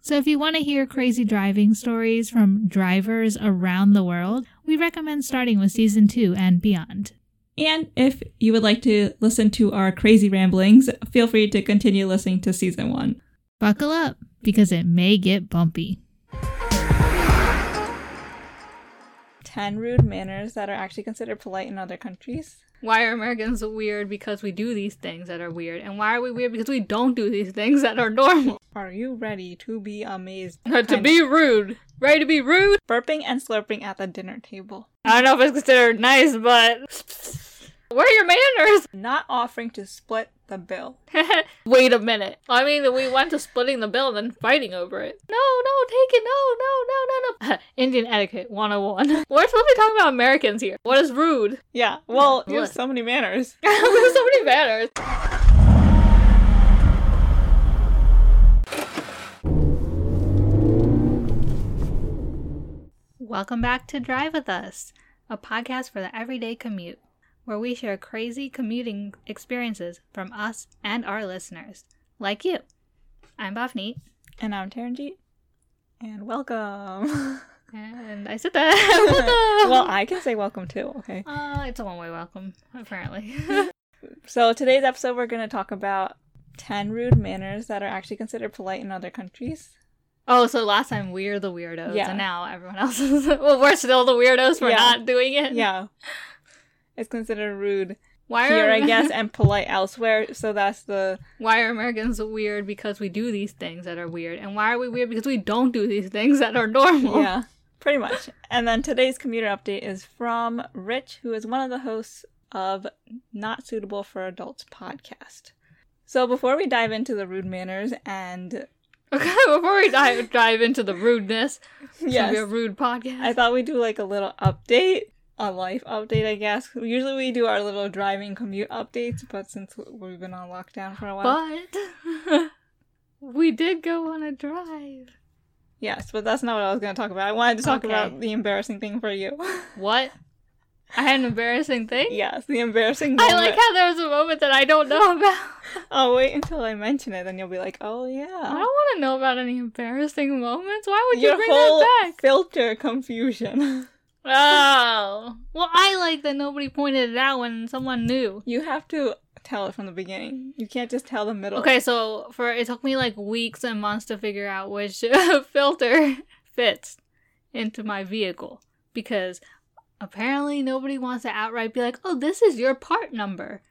So if you want to hear crazy driving stories from drivers around the world, we recommend starting with season two and beyond. And if you would like to listen to our crazy ramblings, feel free to continue listening to season one. Buckle up because it may get bumpy. 10 rude manners that are actually considered polite in other countries. Why are Americans weird? Because we do these things that are weird. And why are we weird? Because we don't do these things that are normal. Are you ready to be amazed? to be rude. Ready to be rude? burping and slurping at the dinner table. I don't know if it's considered nice, but. Where are your manners? not offering to split the bill. Wait a minute. I mean, we went to splitting the bill and then fighting over it. No, no, take it. No, no, no, no, no. Indian etiquette 101. We're supposed to be talking about Americans here. What is rude? Yeah, well, Yeah, you have what? so many manners. There's so many manners. Welcome back to Drive With Us, a podcast for the everyday commute, where we share crazy commuting experiences from us and our listeners, like you. I'm Bafneet, And I'm Taranjeet. And welcome. and I said that. welcome! well, I can say welcome too, okay? uh, it's a one way welcome, apparently. So today's episode we're gonna talk about ten rude manners that are actually considered polite in other countries. Oh, so last time we're the weirdos, Yeah. and now everyone else is. Well, we're still the weirdos for Yeah. not doing it. Yeah. It's considered rude Why are here, I guess, and polite elsewhere. So that's the Why are Americans weird? Because we do these things that are weird, and why are we weird? Because we don't do these things that are normal. yeah, pretty much. And then today's commuter update is from Rich, who is one of the hosts of Not Suitable for Adults podcast. So before we dive into the rude manners and Okay. Before we dive dive into the rudeness, it's gonna yes, be a rude podcast. I thought we'd do like a little update, a life update, I guess. Usually we do our little driving commute updates, but since we've been on lockdown for a while, but we did go on a drive. yes, but that's not what I was going to talk about. I wanted to talk Okay. about the embarrassing thing for you. What? I had an embarrassing thing. yes, the embarrassing. I moment. like how there was a moment that I don't know about. Oh, wait until I mention it, then you'll be like, oh yeah. I don't want to know about any embarrassing moments. Why would your you bring whole that back? filter confusion. Oh. Well, I like that nobody pointed it out when someone knew. you have to tell it from the beginning. You can't just tell the middle. Okay, so for it took me like weeks and months to figure out which filter fits into my vehicle because apparently nobody wants to outright be like, "Oh, this is your part number."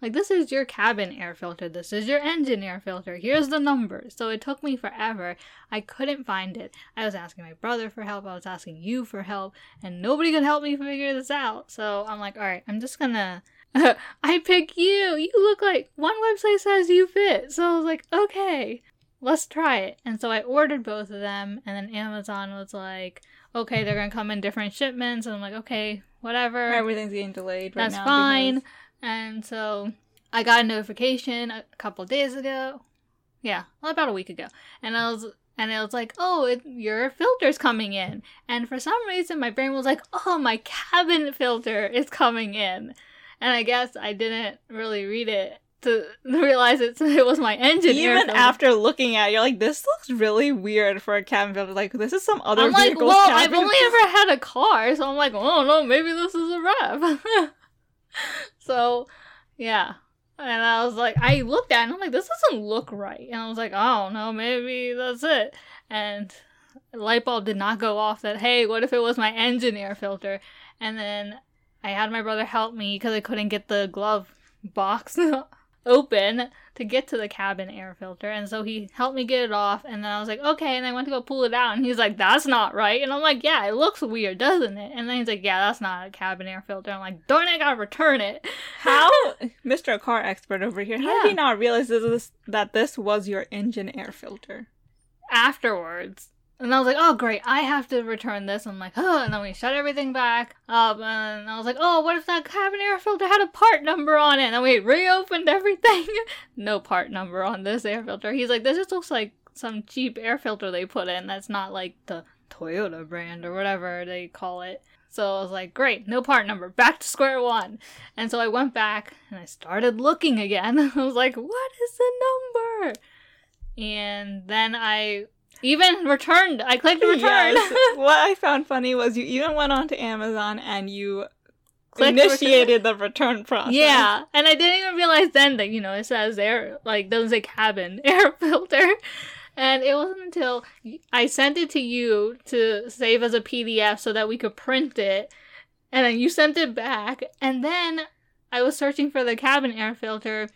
Like this is your cabin air filter. This is your engine air filter. Here's the number. So it took me forever. I couldn't find it. I was asking my brother for help. I was asking you for help, and nobody could help me figure this out. So I'm like, "All right, I'm just going to I pick you. You look like one website says you fit. So I was like, okay, let's try it. And so I ordered both of them, and then Amazon was like, okay, they're gonna come in different shipments. And I'm like, okay, whatever. Everything's getting delayed right That's now. fine. because- And so I got a notification a couple days ago. Yeah, well, about a week ago. And I was and it was like, "Oh, it, your filter's coming in." And for some reason my brain was like, "Oh, my cabin filter is coming in." And I guess I didn't really read it to realize it it was my engine air Even filter. after looking at it, you're like, this looks really weird for a cabin filter. Like, this is some other I'm like, vehicle's well, I've cabin only filter." ever had a car, so I'm like, oh no, maybe this is a wrap. so, yeah. And I was like, I looked at it and I'm like, this doesn't look right. And I was like, oh no, maybe that's it. And the light bulb did not go off that, hey, what if it was my engine air filter? And then I had my brother help me because I couldn't get the glove box open to get to the cabin air filter. And so he helped me get it off. And then I was like, okay. And I went to go pull it out. And he's like, that's not right. And I'm like, yeah, it looks weird, doesn't it? And then he's like, yeah, that's not a cabin air filter. I'm like, darn, it, I gotta return it. How, Mr. Car Expert over here, how did Yeah. he not realize this, this, that this was your engine air filter? Afterwards. And I was like, oh, great, I have to return this. I'm like, oh, and then we shut everything back up. And I was like, oh, what if that cabin air filter had a part number on it? And then we reopened everything. no part number on this air filter. He's like, this just looks like some cheap air filter they put in that's not like the Toyota brand or whatever they call it. So I was like, great, no part number, back to square one. And so I went back and I started looking again. I was like, what is the number? And then I even returned. I clicked return. Yes. what I found funny was you even went onto Amazon and you Clicked initiated the return process. Yeah, and I didn't even realize then that you know it says air like doesn't say cabin air filter, and it wasn't until I sent it to you to save as a PDF so that we could print it, and then you sent it back, and then I was searching for the cabin air filter,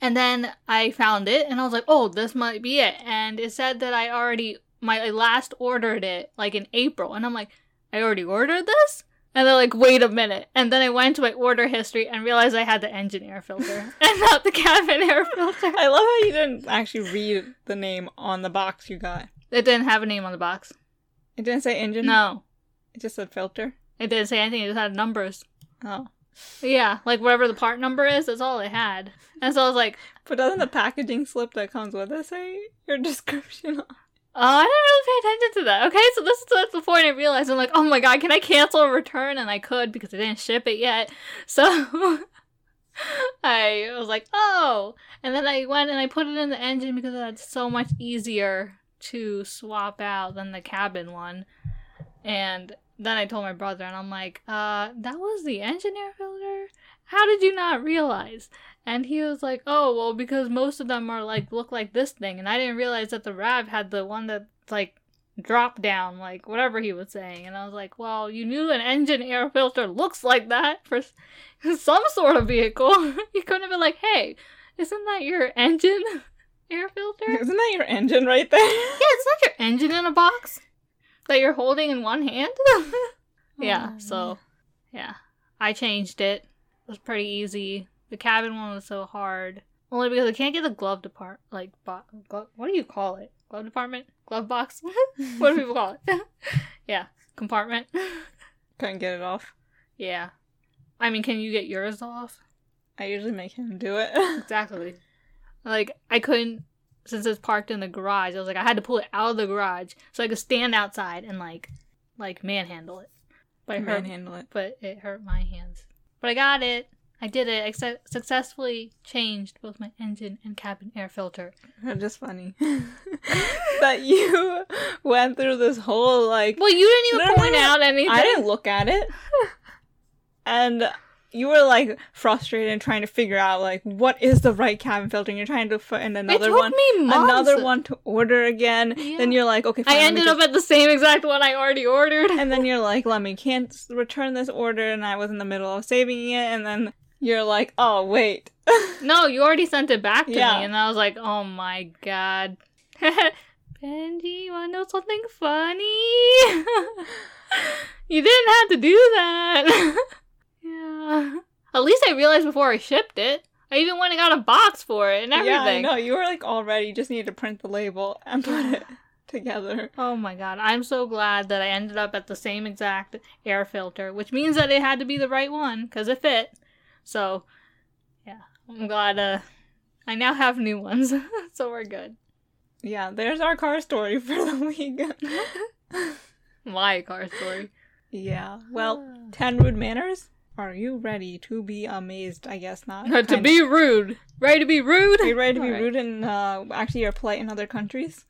and then I found it, and I was like, oh, this might be it, and it said that I already my I last ordered it like in April, and I'm like, I already ordered this. And they're like, wait a minute. And then I went to my order history and realized I had the engine air filter and not the cabin air filter. I love how you didn't actually read the name on the box you got. It didn't have a name on the box. It didn't say engine. No. It just said filter. It didn't say anything. It just had numbers. Oh. Yeah, like whatever the part number is, that's all it had. And so I was like, But doesn't the packaging slip that comes with it say your description on? oh, I didn't really pay attention to that. Okay, so this is that's the point I realized. I'm like, oh my god, can I cancel a return? And I could because I didn't ship it yet. So I was like, oh. And then I went and I put it in the engine because that's so much easier to swap out than the cabin one. And then I told my brother, and I'm like, uh, that was the engine air filter? How did you not realize? And he was like, oh, well, because most of them are like, look like this thing. And I didn't realize that the RAV had the one that, like, drop down, like, whatever he was saying. And I was like, well, you knew an engine air filter looks like that for s- some sort of vehicle. you couldn't have been like, hey, isn't that your engine air filter? yeah, Isn't that your engine right there? it's not your engine in a box that you're holding in one hand. Yeah, Oh, so yeah. I changed it. It was pretty easy. The cabin one was so hard. Only because I can't get the glove depart like bo- glove what do you call it? Glove department? Glove box? what do people call it? yeah, compartment. Couldn't get it off. yeah. I mean, can you get yours off? I usually make him do it. Exactly. Like I couldn't since it's parked in the garage. I was like I had to pull it out of the garage so I could stand outside and like like manhandle it. But I heard manhandle it. but it hurt my hands. But I got it. I did it. I su- successfully changed both my engine and cabin air filter. It's just funny that you went through this whole like Well, you didn't even No, no, point no, no. out anything. I didn't look at it. and you were like frustrated and trying to figure out like what is the right cabin filter and you're trying to find it another took one me months. another one to order again. Yeah. Then you're like, okay, fine, I let me ended just- up at the same exact one I already ordered. and then you're like, let me can't return this order and I was in the middle of saving it and then you're like, oh wait. No, you already sent it back to Yeah. me, and I was like, "Oh my god, Benji, you wanna know something funny? you didn't have to do that." yeah. At least I realized before I shipped it. I even went and got a box for it and Yeah, I everything. know. You were like all ready, you just need to print the label and put it together. Oh my god, I'm so glad that I ended up at the same exact air filter, which means that it had to be the right one because it fit. So, yeah, I'm glad uh, I now have new ones, so we're good. Yeah, there's our car story for the week. My car story. yeah. Well, Ten rude manners. Are you ready to be amazed? I guess not. Uh, to Kinda. be rude, ready to be rude. Are you ready to be Alright. rude and uh, actually you're polite in other countries?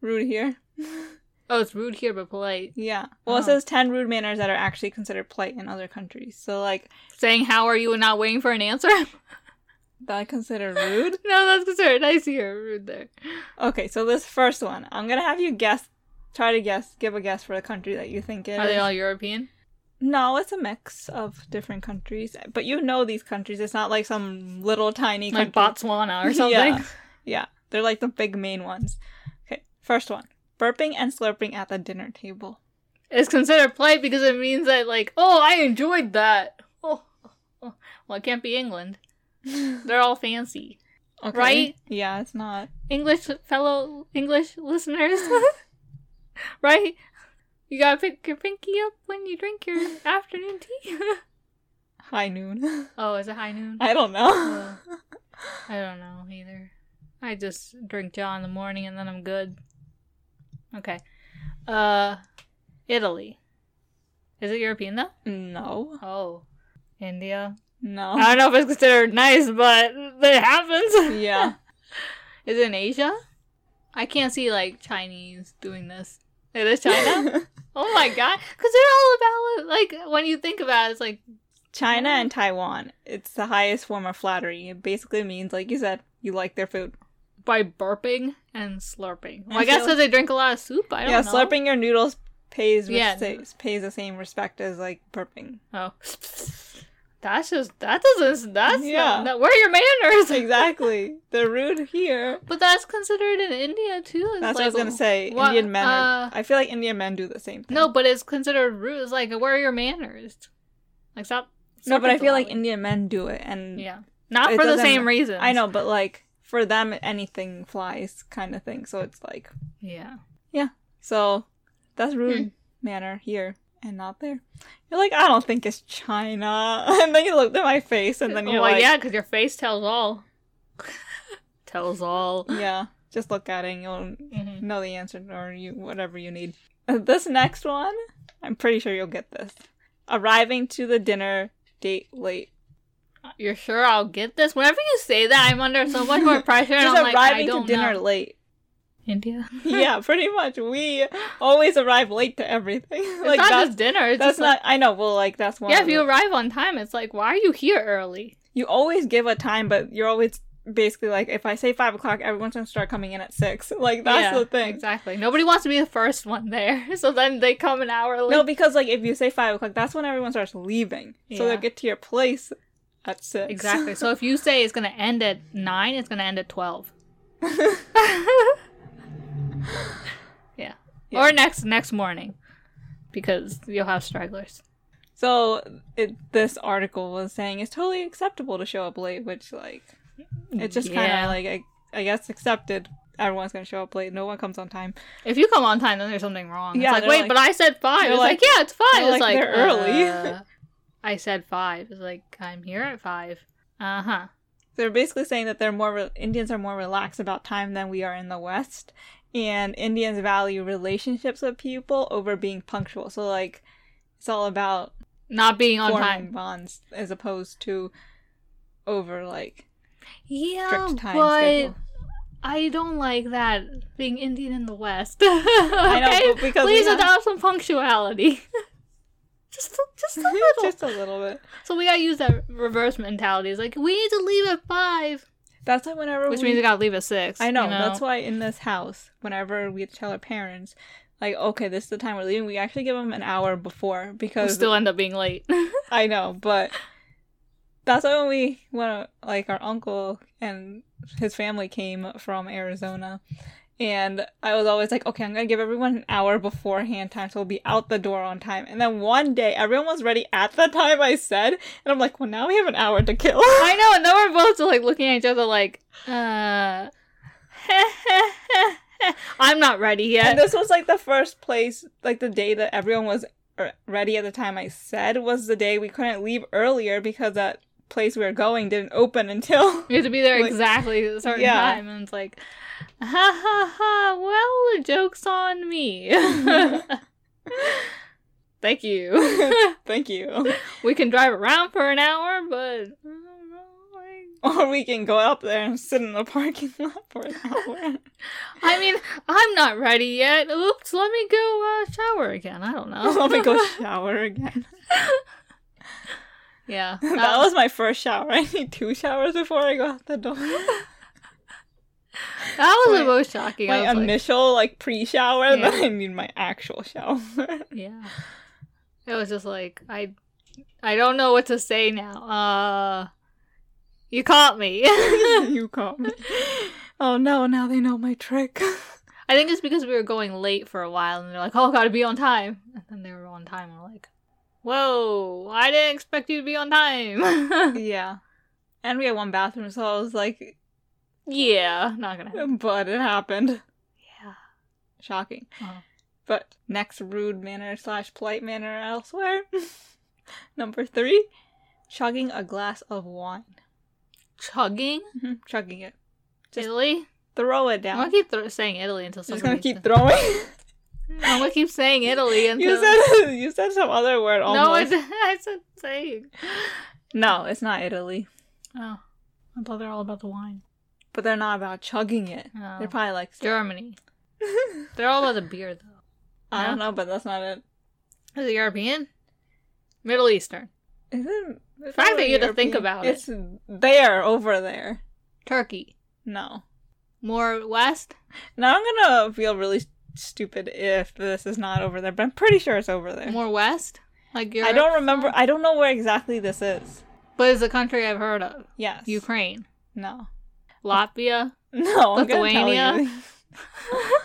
Rude here. Oh, it's rude here but polite. Yeah. Well, Oh. it says ten rude manners that are actually considered polite in other countries. So like Saying how are you and not waiting for an answer. no, that I consider rude. that's considered nice here. Rude there. okay, so this first one, I'm gonna have you guess. Try to guess. Give a guess for the country that you think it Are they is. all European? No, it's a mix of different countries, but you know these countries. It's not like some little tiny Like country. Botswana or something? Yeah. yeah, they're like the big main ones. Okay, first one: burping and slurping at the dinner table. It's considered polite because it means that like, oh, I enjoyed that. Oh, oh. well, it can't be England. They're all fancy. Okay. Right? Yeah, it's not. English fellow English listeners, right? You gotta pick your pinky up when you drink your afternoon tea. High noon. oh, is it high noon? I don't know. I don't know either. I just drink John in the morning and then I'm good. Okay. Uh Italy. Is it European though? no. Oh. India. No. I don't know if it's considered nice, but it happens. yeah. Is it in Asia? I can't see like Chinese doing this. It is China? oh my god. Cause they're all about like when you think about it, it's like China and Taiwan. It's the highest form of flattery. It basically means, like you said, you like their food. by burping and slurping. Well, I I guess feel- because they drink a lot of soup. I don't yeah, know. slurping your noodles pays res- Yeah. pays the same respect as like burping. Oh. That's just that doesn't that's Yeah. yeah. that, where are your manners? exactly. They're rude here. But that's considered in India too. It's That's what I like- was gonna say. what- Indian men. are- uh, I feel like Indian men do the same thing. No, but it's considered rude. It's like where are your manners? Like stop. no, slurping but I so feel like loudly. Indian men do it, and yeah, not it for the doesn't- same reason. I know, but like for them, anything flies, kind of thing. So it's like Yeah. so that's rude Hmm. manner here and not there. You're like, I don't think it's China, and then you looked at my face, and then you're well, like, yeah, because your face tells all. tells all. yeah, just look at it, and you'll Mhm. know the answer or you whatever you need. Uh, This next one, I'm pretty sure you'll get this. Arriving to the dinner date late. You're sure I'll get this? Whenever you say that, I'm under so much more pressure. and Just I'm like, I arriving don't to dinner know. late. India. yeah, pretty much. We always arrive late to everything. like it's not that's just dinner. It's that's just like- not. I know. Well, like that's one. yeah, of if you the- arrive on time, it's like, why are you here early? you always give a time, but you're always basically like, if I say five o'clock, everyone's gonna start coming in at six. Like that's Yeah, the thing. Exactly. Nobody wants to be the first one there, so then they come an hour late. No, because like if you say five o'clock, that's when everyone starts leaving, so Yeah. they'll get to your place at six. exactly. So if you say it's gonna end at nine, it's gonna end at twelve. yeah. Yeah. Or next next morning, because you'll have stragglers. So it, this article was saying it's totally acceptable to show up late, which like it's just kind Yeah. of like I, I guess accepted. Everyone's gonna show up late. No one comes on time. If you come on time, then there's something wrong. Yeah, Yeah, it's they're like, wait, like- but I said five. they're It's like, like- yeah, it's five. they're It's like, like, they're early. uh, I said five. It's like, I'm here at five. Uh huh. They're basically saying that they're more re- Indians are more relaxed about time than we are in the West, and Indians value relationships with people over being punctual. So like, it's all about Not being on forming time. bonds as opposed to over like Yeah, strict time Oh, but schedule. I don't like that being Indian in the West. know, okay? but because we please have- adopt some punctuality. just, a- just a little. Just a little bit. so we gotta use that reverse mentality. It's like we need to leave at five, That's why whenever which we means we gotta leave at six. I know, you That's why in this house, whenever we tell our parents, like, okay, this is the time we're leaving, we actually give them an hour before we because still end up being late. I know, but that's why when we when like our uncle and his family came from Arizona. And I was always like, okay, I'm gonna give everyone an hour beforehand time, so we'll be out the door on time. And then one day, everyone was ready at the time I said, and I'm like, well, now we have an hour to kill. I know, and then we're both just, like looking at each other like, uh, I'm not ready And yet. this was like the first place, like the day that everyone was er- ready at the time I said was the day we couldn't leave earlier because that place we were going didn't open until. We have to be there Like, exactly at a certain yeah. time, and it's like, ha ha ha. Well, the joke's on me. Thank you. Thank you. we can drive around for an hour, but I don't know, like- Or we can go up there and sit in the parking lot for an hour. I mean, I'm not ready yet. Oops, let me go uh, shower again. I don't know. Let me go shower again. yeah, That was my first shower. I need two showers before I go out the door. that was my- the most shocking. I My was like, initial like pre-shower, and then Yeah. I need my actual shower. Yeah. It was just like I I don't know what to say now. Uh you caught me. I you caught me. Oh no! Now they know my trick. think it's because we were going late for a while and they're like, "Oh, got to be on time." And then they were on time. We're like, "Whoa, I didn't expect you to be on time." Yeah. And we had one bathroom, so I was like, yeah, not going to happen. but it happened. Yeah. Shocking. Oh. but next rude manner slash polite manner elsewhere. Number three, chugging a glass of wine. Chugging? Mhm, chugging it. Just- Italy? Throw it I'm down. gonna keep thro- saying Italy until Just somebody. gonna keep throwing. I'm gonna keep saying Italy until. you said you said some other word no, I, almost. said- I said saying. No, it's not Italy. Oh, I thought they're all about the wine. But they're not about chugging it. Oh. They're probably like Germany. They're all about the beer though. I don't know, but that's not it. Is it European? Middle Eastern. Is it it's Fact not that you had to think European. about it. it's there over there. Turkey. No. More west. Now I'm gonna feel really stupid if this is not over there, but I'm pretty sure it's over there. More west. Like Europe. I don't remember. I don't know where exactly this is. But it's a country I've heard of. Yes. Ukraine. No. Latvia. No. I'm gonna tell Lithuania? you.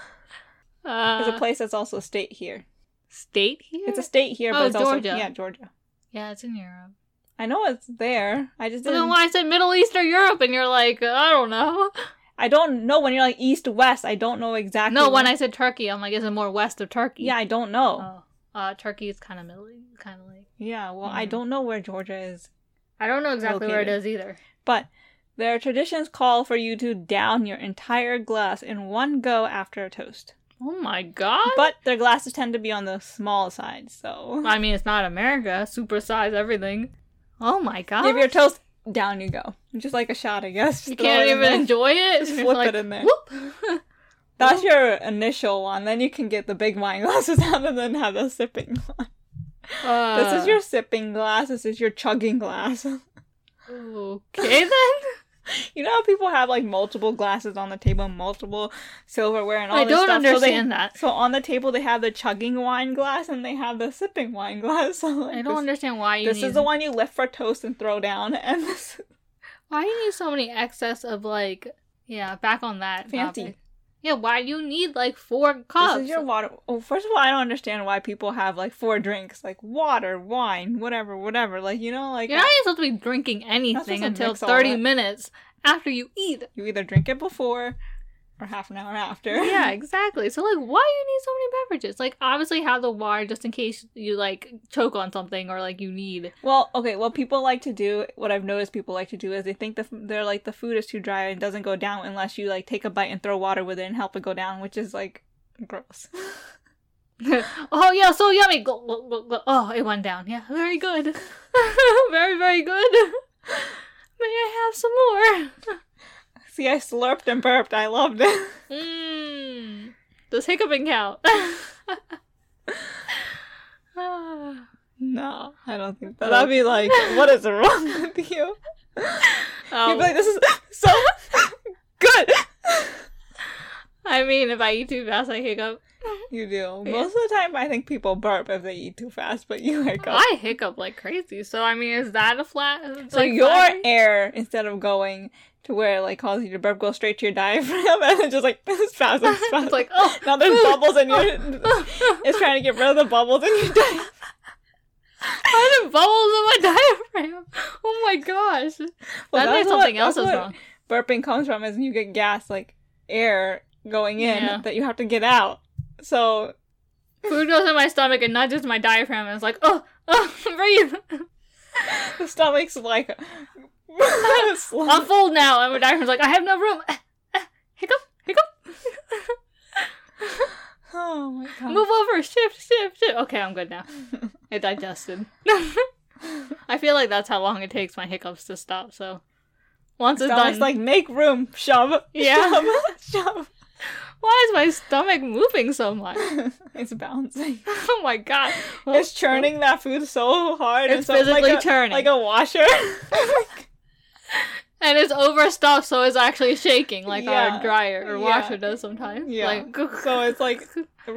Uh, There's a place that's also a state here. state here. It's a state here, but Oh, it's Georgia. also yeah Georgia. yeah, it's in Europe. I know it's there. I just But then didn't. when I said Middle East or Europe, and you're like, uh, I don't know. I don't know when you're like east west. I don't know exactly. No, when I said Turkey, I'm like, is it more west of Turkey? yeah, I don't know. Oh. Uh, Turkey is kind of middle, kind of like. Yeah, well, I Mhm. don't know where Georgia is, I don't know exactly where it Located. is either. but their traditions call for you to down your entire glass in one go after a toast. Oh my god! But their glasses tend to be on the small side, so I mean, it's not America. Supersize everything. Oh my god! give your toast down you go, just like a shot, I guess. you Just throw can't it in even there. enjoy it. Just You're flip like, it in there. Whoop. That's your initial one. Then you can get the big wine glasses out and then have the sipping. Glass. Uh, this is your sipping glass. This is your chugging glass. Okay then. You know how people have like multiple glasses on the table, multiple silverware, and all I this don't stuff? understand so they- that. So on the table they have the chugging wine glass and they have the sipping wine glass. So like, I don't this, understand why you This need is the one you lift for toast and throw down, and this why you need so many excess of like yeah. Back on that Fancy. topic. Yeah, why do you need like four cups? this is your water. Oh, first of all, I don't understand why people have like four drinks, like water, wine, whatever, whatever. Like you know, like You're not even supposed to be drinking anything to until mix all 30 that. minutes after you eat. you either drink it before or half an hour after. yeah, exactly. So like why do you need so many beverages? Like obviously have the water just in case you like choke on something or like you need. Well, okay. What people like to do, what I've noticed people like to do is they think the f- they're like the food is too dry and doesn't go down unless you like take a bite and throw water with it and help it go down, which is like gross. oh yeah, so yummy. Gl- gl- gl- gl- Oh, it went down. Yeah, very good. very very good. May I have some See, I slurped and burped. I loved it. more? Mmm. Does hiccuping count? Ah. no, I don't think that. That'd be like, what is wrong with you? You'd oh, be like, this is so good. I mean, if I eat too fast, I hiccup. You do. Yeah. Most of the time, I think people burp if they eat too fast, but you wake up. I hiccup like crazy. So I mean, is that a flat? So like, your flattery? air, instead of going to where it like causes you to burp, goes straight to your diaphragm and it's just like as fast as fast. it's like oh now there's food. bubbles in your. it's trying to get rid of the bubbles in your diaphragm. I had bubbles in my diaphragm. Oh my gosh, that means that's what- something else that's is what wrong. Burping comes from is you get gas like air going in Yeah. that you have to get out. So Food goes in my stomach and not just my diaphragm. And it's like oh oh breathe. the stomach's like. slow. I'm full now, and my diaphragm's like I have no room. Hiccup, hiccup. oh my god. Move over, shift, shift, shift. Okay, I'm good now. It digested. I feel like that's how long it takes my hiccups to stop. So once it's Stomach's done, like make room, shove, Yeah. shove, why is my stomach moving so much? shove. it's bouncing. Oh my god. Well, It's churning that food so hard. It's so- like physically a- churning. like a washer. and it's overstuffed, so it's actually shaking like Yeah. our dryer or Yeah. washer does sometimes. Yeah. Like, so it's like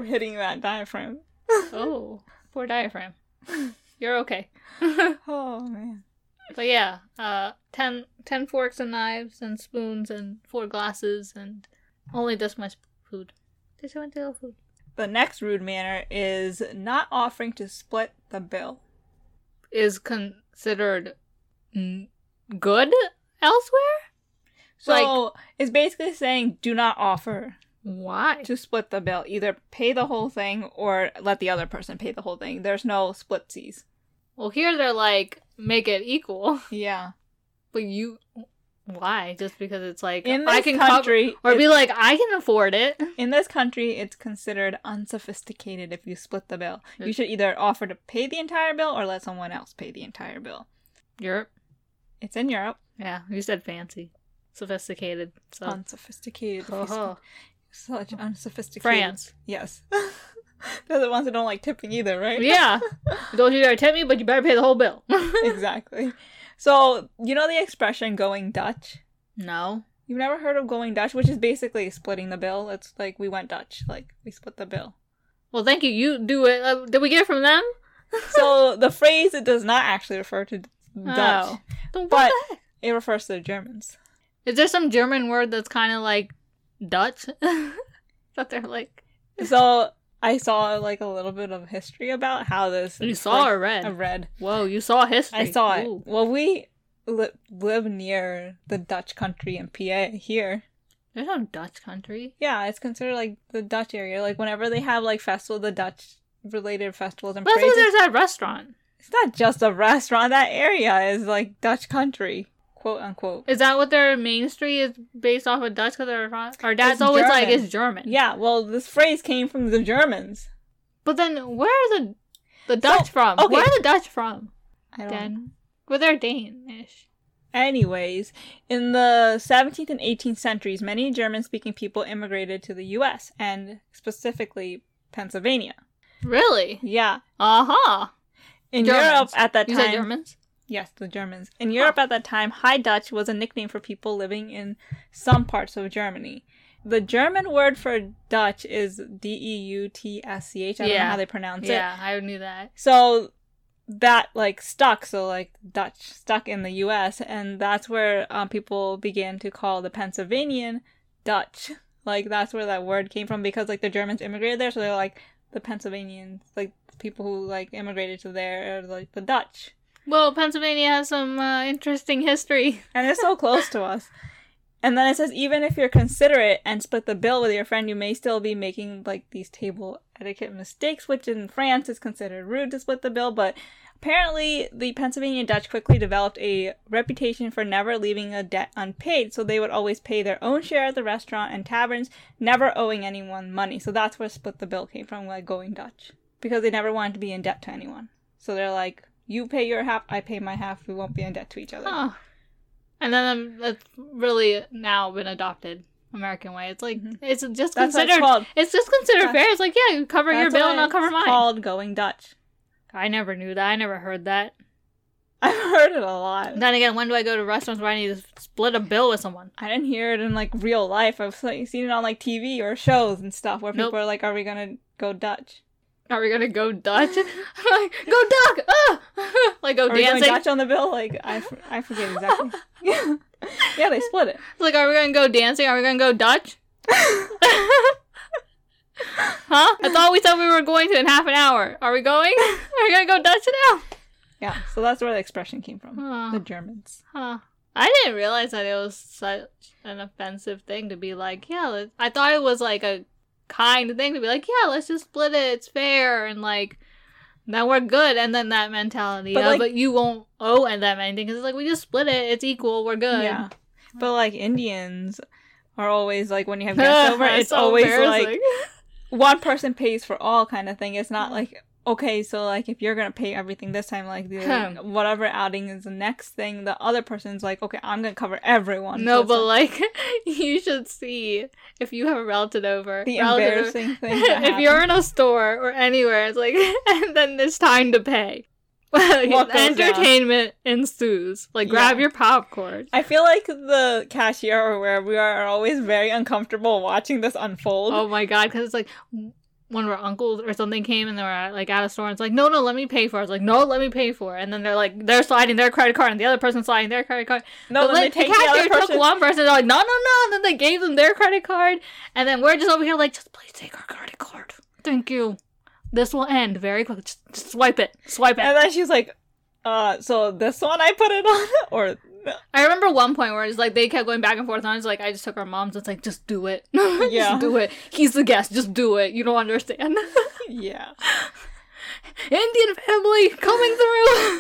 hitting that diaphragm. oh, poor diaphragm. You're okay. Oh man. But yeah, uh, ten, ten forks and knives and spoons and four glasses and only just my sp- food. Just my little food. The next rude manner is not offering to split the bill. Is considered n- good elsewhere? So it's basically saying do not offer Why? to split the bill. Either pay the whole thing or let the other person pay the whole thing. There's no splitsies. Well, here they're like make it equal, Yeah. but you why? Just because it's like In this I can cover country, or be it's- like I can afford it. in this country, it's considered unsophisticated if you split the bill. You Mm. should either offer to pay the entire bill or let someone else pay the entire bill. Europe. It's in Europe. Yeah, you said fancy, sophisticated. So unsophisticated. if you Ho, split- ho. Such unsophisticated. France. Yes. They're the ones that don't like tipping either, right? yeah. Don't you dare tempt me, but you better pay the whole bill. exactly. So, you know the expression going Dutch? no. You've never heard of going Dutch, which is basically splitting the bill. It's like we went Dutch, like we split the bill. Well, thank you. You do it. Uh, did we get it from them? so the phrase it does not actually refer to Dutch. Oh. Then what But- the heck? It refers to the Germans. is there some German word that's kind of like Dutch? that they're like So I saw like a little bit of history about how this. you saw like, or read? I read. Whoa, you saw history. I saw it. Ooh. Well, we li- live near the Dutch country in PA here. There's no Dutch country. Yeah, it's considered like the Dutch area. Like whenever they have like festival, the Dutch related festivals and But that's because parades. there's that restaurant. It's not just a restaurant. That area is like Dutch country, quote unquote. Is that what their main street is based off of Dutch? Because our, our dad's It's always like, German. it's German. Yeah, well, this phrase came from the Germans. But then where are the the Dutch from? okay. Where are the Dutch from? I don't. Then well, they're Danish. Anyways, in the 17th and 18th centuries, many German-speaking people immigrated to the U.S. and specifically Pennsylvania. Really? Yeah, Uh huh. in Germans. Europe at that You time. said Germans. Yes, the Germans. In Europe at that time, High Dutch was a nickname for people living in some parts of Germany. The German word for Dutch is D E U T S C H. I don't know Yeah. how they pronounce it. Yeah, I knew that. So that like stuck, so like Dutch stuck in the U.S., and that's where um, people began to call the Pennsylvanian Dutch. Like that's where that word came from because like the Germans immigrated there, so they're like the Pennsylvanians, like people who like immigrated to there, are, like the Dutch. Well, Pennsylvania has some uh, interesting history. And it's so close to us. And then it says, even if you're considerate and split the bill with your friend, you may still be making like these table etiquette mistakes, which in France is considered rude to split the bill. But apparently, the Pennsylvania Dutch quickly developed a reputation for never leaving a debt unpaid, so they would always pay their own share at the restaurant and taverns, never owing anyone money. So that's where split the bill came from, like going Dutch, because they never wanted to be in debt to anyone. So they're like, you pay your half, I pay my half, we won't be in debt to each other. Huh. And then um, that's really now been adopted American way. It's like Mhm. it's just That's what it's considered. called. It's just considered Yeah. fair. It's like yeah, you cover your That's bill why and I'll cover it's mine. Called going Dutch. I never knew that. I never heard that. I've heard it a lot. Then again, when do I go to restaurants where I need to split a bill with someone? I didn't hear it in like real life. I've se- seen it on like TV or shows and stuff where Nope. people are like, "Are we gonna go Dutch? Are we gonna go Dutch? like, go duck! Ah! like go Are we going dancing. Dutch on the bill?" Like I, f- I forget exactly. yeah, yeah, they split it. Like are we gonna go dancing? Are we gonna go Dutch? huh? I thought we said we were going to in half an hour. Are we going? Are we gonna go Dutch now? Yeah, so that's where the expression came from. The Huh. Germans. Huh. I didn't realize that it was such an offensive thing to be like, yeah. Let-. I thought it was like a kind thing to be like, yeah, let's just split it. It's fair and like. Now we're good, and then that mentality But, of like- but you won't owe and them anything because it's like we just split it. It's equal. We're good. Yeah, but like Indians are always like when you have guests over, it's always like one person pays for all kind of thing. It's Mm-hmm. not like okay, so like if you're gonna pay everything this time, like the, Huh. whatever outing is the next thing, the other person's like, okay, I'm gonna cover everyone. no, So it's but like you should see if you have a relative over. the relative- embarrassing thing. That if you're in a store or anywhere, it's like, and then it's time to pay. What goes down? entertainment ensues. Like, grab Yeah. your popcorn. I feel like the cashier or where we are, are always very uncomfortable watching this unfold. Oh my god, because it's like one of our uncles or something came and they were like at a store and it's like, no, no, let me pay for it. It's like, no, let me pay for it. And then they're like, they're sliding their credit card and the other person's sliding their credit card. no, But, then like, they take the the cashier other person. took one person. They're like, no, no, no. And then they gave them their credit card, and then we're just over here like, just please take our credit card. Thank you. This will end very quickly. Just, just swipe it. Swipe it. and then she's like, uh, so this one I put it on, or I remember one point where it's like they kept going back and forth on. It's like I just took our moms. It's like just do it. Yeah. just do it. He's the guest. Just do it. You don't understand. yeah. Indian family coming through.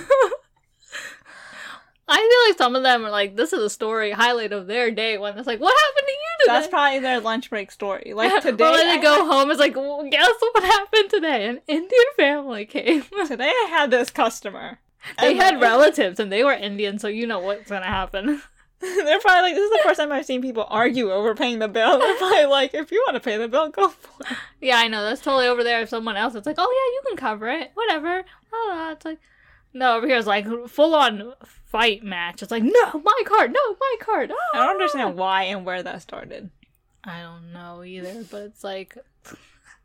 I feel like some of them are like, this is a story highlight of their day. When it's like, what happened to you today? That's probably their lunch break story. Like today, or when I they go home, it's like, well, guess what happened today? An Indian family came. had- today I had this customer. they And, had like, relatives and they were Indian, so you know what's gonna happen. They're probably like, this is the first time I've seen people argue over paying the bill. They're probably like, if you want to pay the bill, go for it. Yeah, I know. That's totally over there. If someone else, it's like, oh yeah, you can cover it. Whatever. Oh, it's like, no, over here it's like full on fight match. It's like, no, my card, no, my card. Ah. I don't understand why and where that started. I don't know either, but it's like,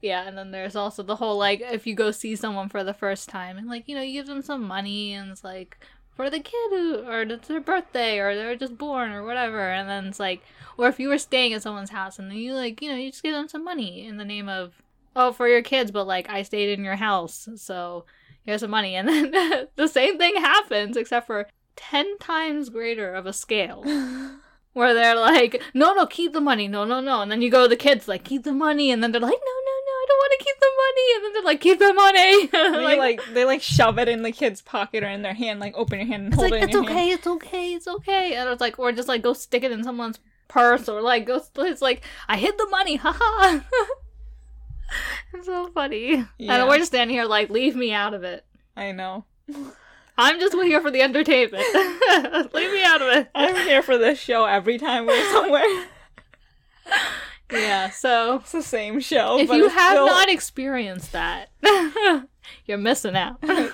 yeah. And then there's also the whole like, if you go see someone for the first time, and like, you know, you give them some money, and it's like for the kid who, or it's their birthday, or they're just born, or whatever. And then it's like, or if you were staying at someone's house, and then you like, you know, you just give them some money in the name of, oh, for your kids, but like I stayed in your house, so here's some money. And then the same thing happens, except for ten times greater of a scale where they're like, no, no, keep the money, no, no, no. And then you go to the kids, like, keep the money. And then they're like, no, no, no, I don't want to keep the money. And then they're like, keep the money. They like, like, they like shove it in the kid's pocket or in their hand, like open your hand and it's hold like, it in it's your hand. okay, it's okay, it's okay. And it's like, or just like, go stick it in someone's purse or like, go, it's like, I hid the money, haha. it's so funny. Yeah. And we're just standing here like, leave me out of it. I know. I'm just here for the entertainment. leave me out of it. I'm here for this show every time we're somewhere. Yeah, so. It's the same show. if Oh, but you it's have still- not experienced that, you're missing out.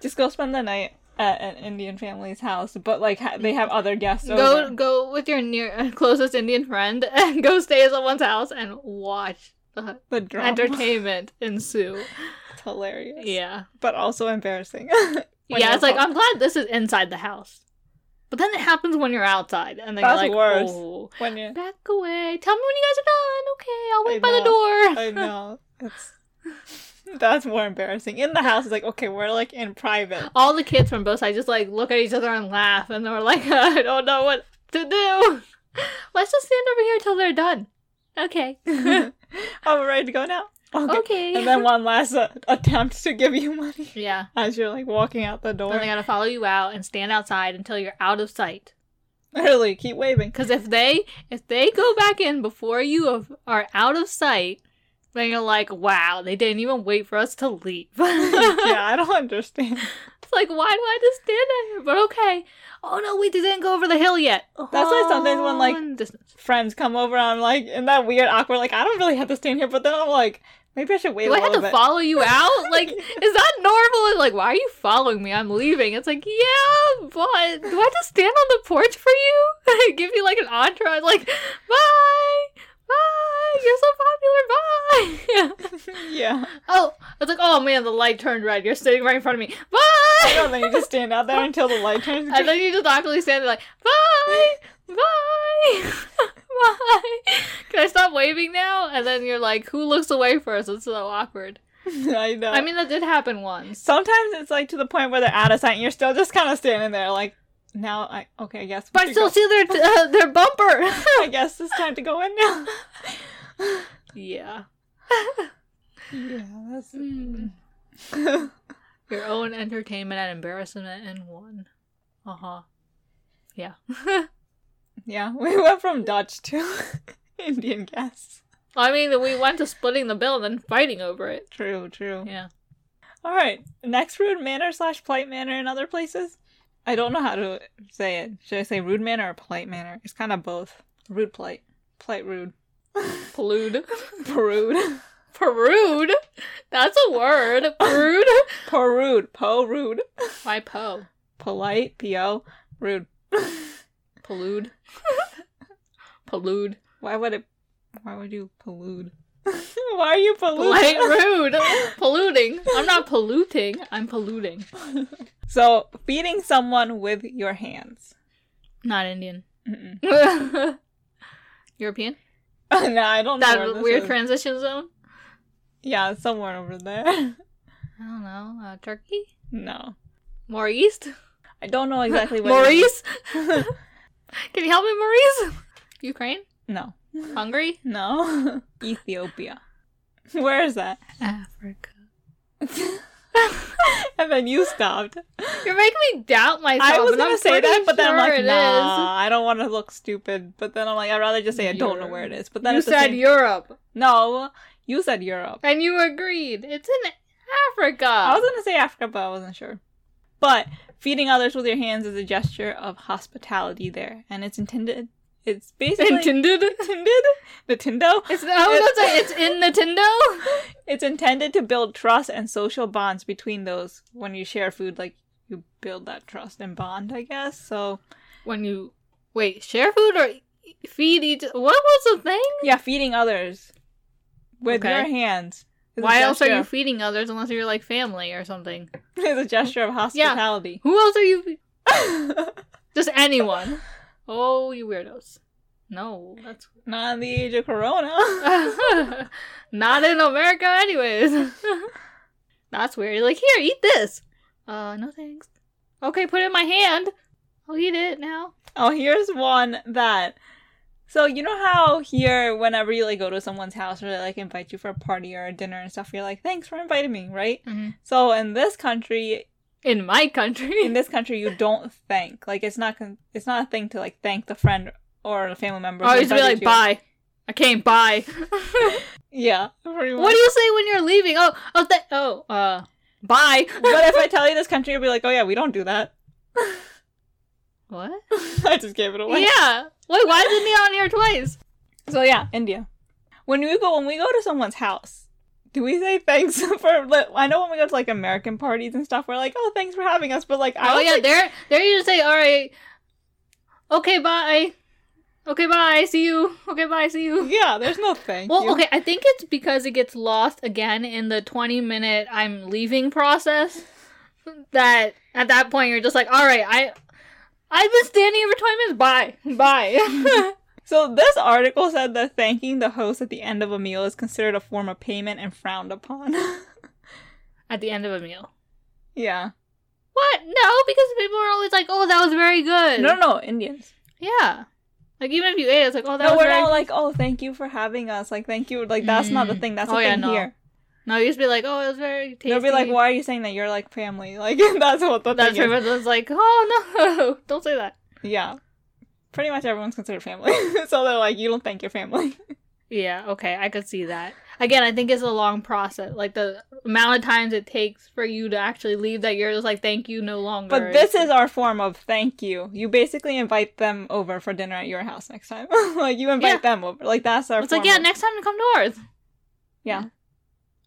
just go spend the night at an Indian family's house, but like ha- they have other guests go over. go with your near closest Indian friend and go stay at someone's house and watch the The drama. entertainment ensue. It's hilarious. Yeah, But also embarrassing. When yeah. you're It's like home. I'm glad this is inside the house, but then it happens when you're outside and then That's you're like, worse. oh, when you back away. Tell me when you guys are done. Okay, I'll I wait by know. I the door. know. It's that's more embarrassing. In the house it's like, okay, we're like in private. All the kids from both sides just like look at each other and laugh, and they're like, I don't know what to do. Let's just stand over here till they're done. Okay. oh, we're ready to go now. Okay. okay. And then one last uh, attempt to give you money yeah. as you're like walking out the Then door. they gotta follow you out and stand outside until you're out of sight. Literally, keep waving. Cause if they if they go back in before you of- are out of sight, then you're like, wow, they didn't even wait for us to leave. yeah, I don't understand. It's like, why do I just stand out here? But okay. Oh no, we didn't go over the hill yet. That's why sometimes when, like- Oh, distance. friends come over and I'm like in that weird awkward like I don't really have to stand here but then I'm like maybe I should wait do a I little have to bit. follow you out? Like, is that normal? It's like, why are you following me? I'm leaving. It's like, yeah, but do I just stand on the porch for you? Give you like an entourage, like, bye, bye, you're so popular, bye. yeah. oh, it's like, oh man, the light turned red. You're sitting right in front of me, I bye. don't think you just stand out there until the light turns green. And then you just awkwardly stand there, like, bye, bye, bye. Can I stop waving now? And then you're like, who looks away first? It's so awkward. I know. I mean, that did happen once. sometimes it's like to the point where they're out of sight and you're still just kind of standing there like now I okay I guess we But I should still go. see their uh, their bumper. I guess it's time to go in now. yeah, yeah, that's Mm. your own entertainment and embarrassment in one. Uh huh. Yeah. yeah. We went from Dutch to Indian guests. I mean, we went to splitting the bill and then fighting over it. True, true. Yeah. All right. Next, rude manner slash polite manner in other places. I don't know how to say it. Should I say rude manner or polite manner? It's kind of both. Rude, polite, polite, rude, Palude. rude, Perude. That's a word. Perude. po rude, po rude, My po. polite, po rude. Palude. Palude. Why would it? Why would you pollude? why are you Polite polluting? rude. Polluting. I'm not polluting. I'm polluting. So feeding someone with your hands. Not Indian. Mm-mm. European? no, I don't know. where That this weird is. transition zone? yeah, somewhere over there. I don't know. Uh, Turkey? no. More east? I don't know exactly what. it Maurice? is. Can you help me, Maurice? Ukraine? no. Hungary? No. Ethiopia. Where is that? Africa. and then you stopped. You're making me doubt myself. I was and gonna I'm say that, pretty but then I'm sure like, it nah, I don't want to look stupid. But then I'm like, I'd rather just say I don't know Europe. where it is. But then you at the said same- Europe, no, you said Europe. and you agreed. It's in Africa. I was gonna say Africa, but I wasn't sure. But feeding others with your hands is a gesture of hospitality there, and it's intended. It's basically Intended? intended. Nintendo. It's- It's oh, that's right. It's in Nintendo. It's intended to build trust and social bonds between those when you share food. Like you build that trust and bond, I guess. So When you wait, share food or e- feed each. What was the thing? yeah, feeding others with Okay. your hands. is a Why else are you gesture- feeding others unless you're like family or something? is a gesture of hospitality. Who else are you? fe- Just anyone. Oh, you weirdos. No, that's Not in the age of Corona. not in America, anyways. That's weird. You're like, here, eat this. Uh, no thanks. Okay, put it in my hand. I'll eat it now. Oh, here's one that. So you know how here, whenever you like go to someone's house or they like invite you for a party or a dinner and stuff, you're like, "Thanks for inviting me," right? So in this country, In my country. in this country, you don't thank. Like it's not con- it's not a thing to like thank the friend or a family member. I who used to Oh, be like, invited you. bye. I came, bye. Yeah. pretty what much. do you say when you're leaving? Oh, oh, th- oh, uh, bye. but if I tell you this country, you'll be like, "Oh yeah, we don't do that." What? I just gave it away. Yeah. Wait, why isn't it on here twice? So yeah, India. When we go when we go to someone's house, do we say thanks for? Like, I know when we go to like American parties and stuff, we're like, "Oh, thanks for having us," but like, I oh was yeah, like, there, there you just say, all right, okay, bye, okay, bye, see you, okay, bye, see you. yeah, there's no thank Well, you. okay, I think it's because it gets lost again in the 20 minute I'm leaving process that at that point you're just like, "All right, I I've been standing here for 20 minutes. Bye. Bye." So this article said that thanking the host at the end of a meal is considered a form of payment and frowned upon. at the end of a meal. yeah. What? No, because people are always like, "Oh, that was very good." No, no, Indians. Yeah. Like even if you ate, it's like, "Oh, that no, was we're very." not like, "Oh, thank you for having us." Like, thank you. Like, that's not the Mm. thing. That's Oh, the yeah, thing no. here. no, you just be like, "Oh, it was very tasty." They'll be like, "Why are you saying that? You're like family." Like, that's what the That's thing pretty is. much it's like, "Oh no, don't say that." Yeah. Pretty much everyone's considered family. so they're like, you don't thank your family. Yeah, okay, I could see that. Again, I think it's a long process. Like the amount of times it takes for you to actually leave that you're just like, thank you, no longer. But this is our form of thank you. You basically invite them over for dinner at your house next time. like, you invite Yeah. them over. Like, that's our It's like, form yeah, of- next time you come to ours. Yeah.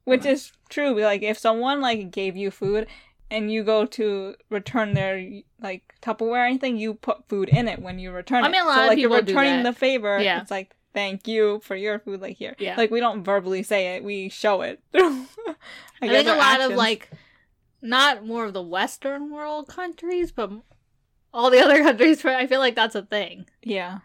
Which is true. Like, if someone, like, gave you food and you go to return their, like, Tupperware or anything, you put food in it when you return I it. mean, a lot so, of like, you're people do returning that. the favor. Yeah. It's like, thank you for your food, like, here. Yeah. Like, we don't verbally say it. We show it through, I, I, guess, think a our lot of actions. like, not more of the Western world countries, but all the other countries, I feel like that's a thing. Yeah.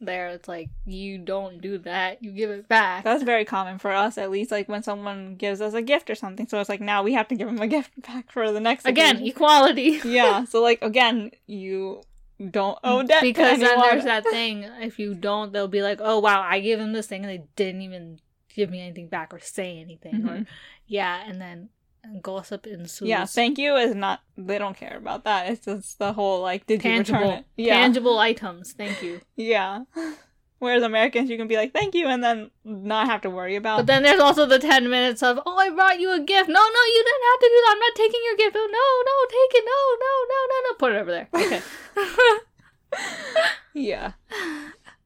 There, it's like, you don't do that, you give it back. That's very common for us, at least, like when someone gives us a gift or something. So it's like now we have to give them a gift back for the next Again, occasion. equality. yeah. So like again, you don't owe debt Mm, because to then anyone. there's that thing if you don't they'll be like oh wow i gave them this thing and they didn't even give me anything back or say anything or Mhm. yeah and then and gossip ensues yeah, thank you is not. They don't care about that. It's just the whole like, did you return tangible it? Yeah, tangible items thank you yeah. Whereas Americans, you can be like, thank you, and then not have to worry about. but then there's also the 10 minutes of oh i brought you a gift no no you didn't have to do that i'm not taking your gift oh no no take it no no no no no put it over there okay yeah,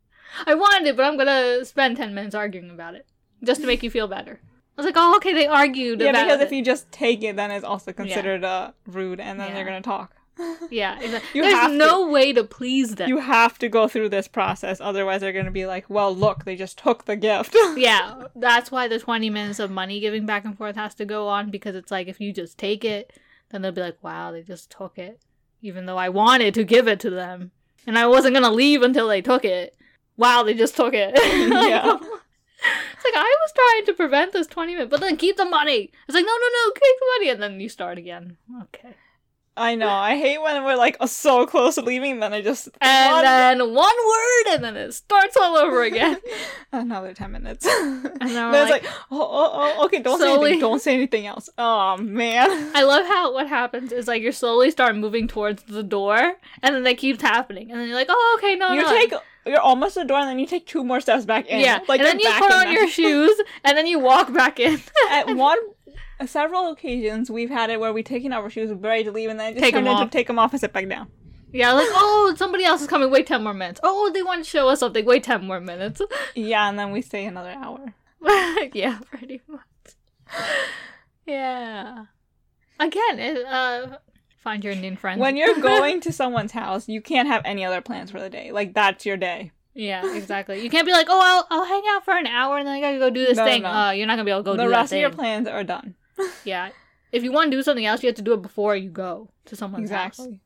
i wanted it but i'm gonna spend 10 minutes arguing about it just to make you feel better i was like oh okay they argued yeah. about Because it. if you just take it, then it's also considered uh, rude, and then Yeah. they're gonna talk. Yeah, it's like, You there's have to- no way to please them. You have to go through this process, otherwise they're gonna be like, "Well, look, they just took the gift." yeah, that's why the 20 minutes of money giving back and forth has to go on because it's like if you just take it, then they'll be like, wow, they just took it. Even though I wanted to give it to them and I wasn't going to leave until they took it. Wow, they just took it. Yeah. It's like I was trying to prevent this 20 minutes, but then keep the money. It's like, no, no, no, keep the money. And then you start again. Okay. I know. I hate when we're like so close to leaving, then I just And One- then one word, and then it starts all over again. another ten minutes. And then And I'm then it's like, like, oh, oh, oh, okay, don't say Slowly. anything. Don't say anything else. Oh man. I love how what happens is like you slowly start moving towards the door, and then that keeps happening, and then you're like, oh, okay, no, you no. take you're almost at the door, and then you take two more steps back in. yeah, like and then you're you back put in on that. your shoes, and then you walk back in. At one, several occasions we've had it where we taken off our shoes, we're ready to leave, and then I just Take turn 'em into off. take them off and sit back down. Yeah, like, oh, somebody else is coming. Wait 10 more minutes. Oh, they want to show us something. Wait 10 more minutes. Yeah, and then we stay another hour. yeah, pretty much. Yeah. Again, it, uh, find your Indian friends. When you're going to someone's house, you can't have any other plans for the day. Like that's your day. yeah, exactly. You can't be like, oh, I'll, I'll hang out for an hour and then I gotta go do this No, thing. no. Uh, you're not gonna be able to go the do rest that of your thing. plans are done. yeah. If you want to do something else, you have to do it before you go to someone's house. Exactly.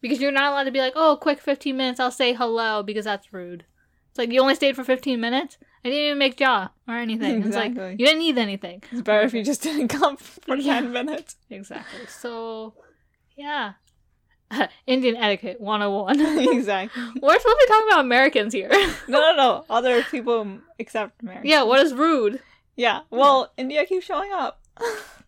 Because you're not allowed to be like, oh, quick 15 minutes, I'll say hello, because that's rude. It's like, you only stayed for 15 minutes? I didn't even make jaw or anything. It's Exactly. like, you didn't need anything. It's better if you just didn't come for Yeah. ten minutes. Exactly. So, yeah. Indian etiquette 101. exactly. We're supposed to be talking about Americans here. No, no, no. Other people m- except Mary. yeah, what is rude? Yeah. Well, India keeps showing up.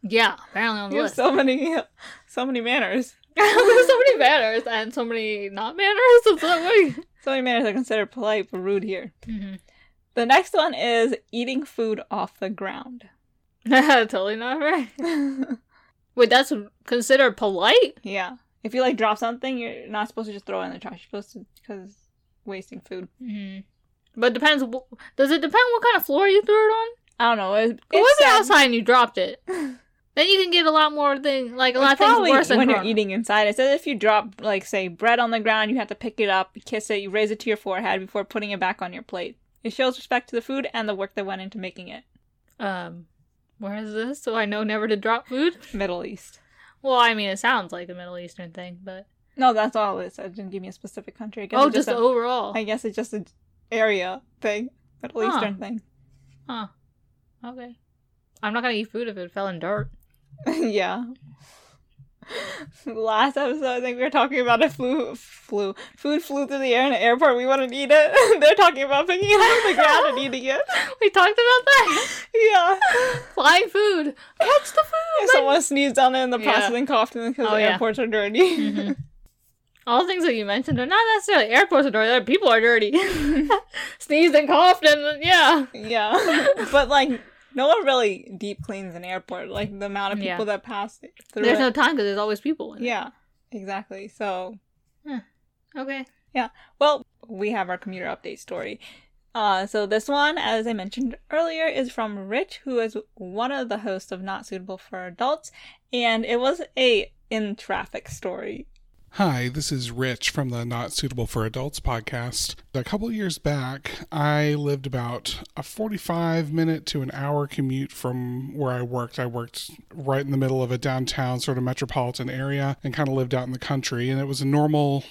Yeah, apparently on the You have list. so many, so many manners. There's so many manners and so many not manners. It's like, So many manners are considered polite but rude here. Mhm. The next one is eating food off the ground. totally not right. Wait, that's considered polite? yeah. If you like drop something, you're not supposed to just throw it in the trash. You're supposed to because wasting food. Mm-hmm. But depends. wh- Does it depend what kind of floor you threw it on? I don't know. It, It it was said- outside and you dropped it. then you can get a lot more thing, like a lot of things Probably worse than when you're corona. eating inside. It says if you drop, like, say, bread on the ground, you have to pick it up, kiss it, you raise it to your forehead before putting it back on your plate. It shows respect to the food and the work that went into making it. Um, where is this? So I know never to drop food. Middle East. Well, I mean, it sounds like a Middle Eastern thing, but No, that's all it said. It didn't give me a specific country. I guess oh, it's just a- overall. I guess it's just an area thing, Middle Huh. Eastern thing. Huh. Okay. I'm not gonna eat food if it fell in dirt. yeah. Last episode, I think we were talking about a flu, flu, food flew through the air in an airport. We wouldn't eat it. They're talking about picking it up the ground and eating it. We talked about that. Yeah. Oh Flying food. Catch the food. If someone sneezed on it in the Yeah. process and coughed, and because Oh, the yeah. airports are dirty. Mhm. All things that you mentioned are not necessarily airports are dirty. they're- People are dirty. Sneezed and coughed and yeah. yeah, but like no one really deep cleans an airport. Like the amount of Yeah. people that pass through. There's it. no time because there's always people. In it. yeah, exactly. So Okay. Well, we have our commuter update story. Uh, so this one, as I mentioned earlier, is from Rich, who is one of the hosts of Not Suitable for Adults, and it was a in traffic story. Hi, this is Rich from the Not Suitable for Adults podcast. A couple of years back, I lived about a 45 minute to an hour commute from where I worked. I worked right in the middle of a downtown sort of metropolitan area and kind of lived out in the country, and it was a normal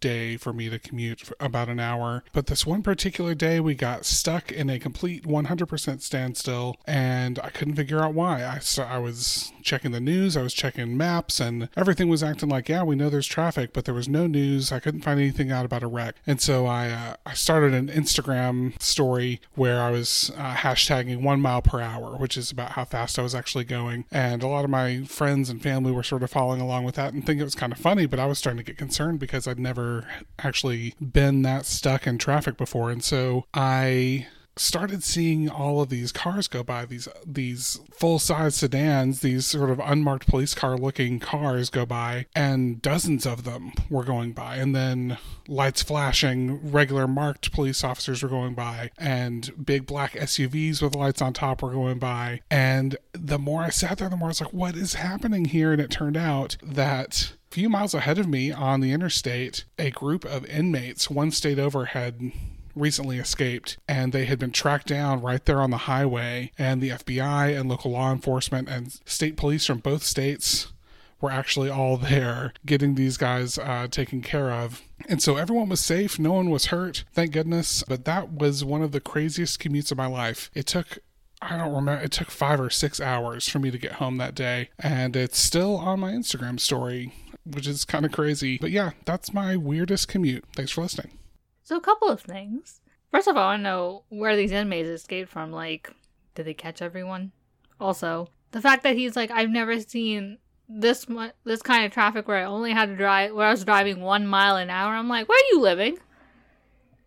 day for me to commute for about an hour. But this one particular day, we got stuck in a complete 100% standstill, and I couldn't figure out why. I, so I was checking the news, I was checking maps, and everything was acting like, yeah, we know there's traffic, but there was no news. I couldn't find anything out about a wreck. And so I, uh, I started an Instagram story where I was uh, hashtagging one mile per hour, which is about how fast I was actually going. And a lot of my friends and family were sort of following along with that and thinking it was kind of funny, but I was starting to get concerned because I'd never actually been that stuck in traffic before. And so I started seeing all of these cars go by these these full-size sedans these sort of unmarked police car looking cars go by and dozens of them were going by and then lights flashing regular marked police officers were going by and big black SUVs with lights on top were going by and the more I sat there the more I was like what is happening here and it turned out that a few miles ahead of me on the interstate a group of inmates one state over had recently escaped and they had been tracked down right there on the highway and the FBI and local law enforcement and state police from both states were actually all there getting these guys uh, taken care of. And so everyone was safe. No one was hurt. Thank goodness. But that was one of the craziest commutes of my life. It took I don't remember. It took five or six hours for me to get home that day, and it's still on my Instagram story which is kind of crazy. But yeah, that's my weirdest commute. Thanks for listening. So a couple of things. First of all, I want to know where these inmates escaped from. Like, did they catch everyone? Also, the fact that he's like, I've never seen this mu- this kind of traffic where I only had to drive where I was driving one mile an hour. I'm like, where are you living?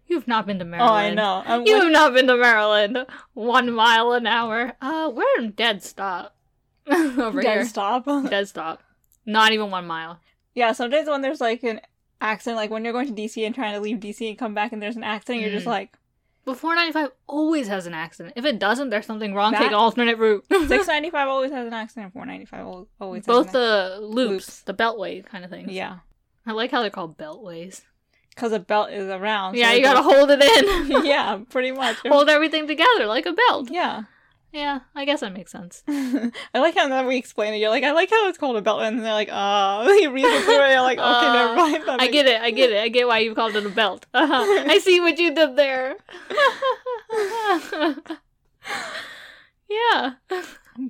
You've not been to Maryland. Oh, I know. I'm You with- have not been to Maryland. One mile an hour. Uh, we're in dead stop over Dead here. stop. Dead stop. Not even one mile. yeah, sometimes when there's like an accident, like when you're going to DC and trying to leave DC and come back and there's an accident, you're just Mm. like, But 495 always has an accident. If it doesn't, there's something wrong. That- Take an alternate route. 695 always has an accident, 495 al- always has Both an accident. the loops, Loops. the beltway kind of things. Yeah. I like how they're called beltways. Because a belt is around. so yeah, it's you gotta like- hold it in. yeah, pretty much. hold everything together like a belt. Yeah. Yeah, I guess that makes sense. I like how then we explain it. You're like, I like how it's called a belt, and they're like, uh, you read it through, and you're like, okay, Uh, never mind. that I makes- get it. I get it. I get why you called it a belt. Uh-huh. I see what you did there. yeah.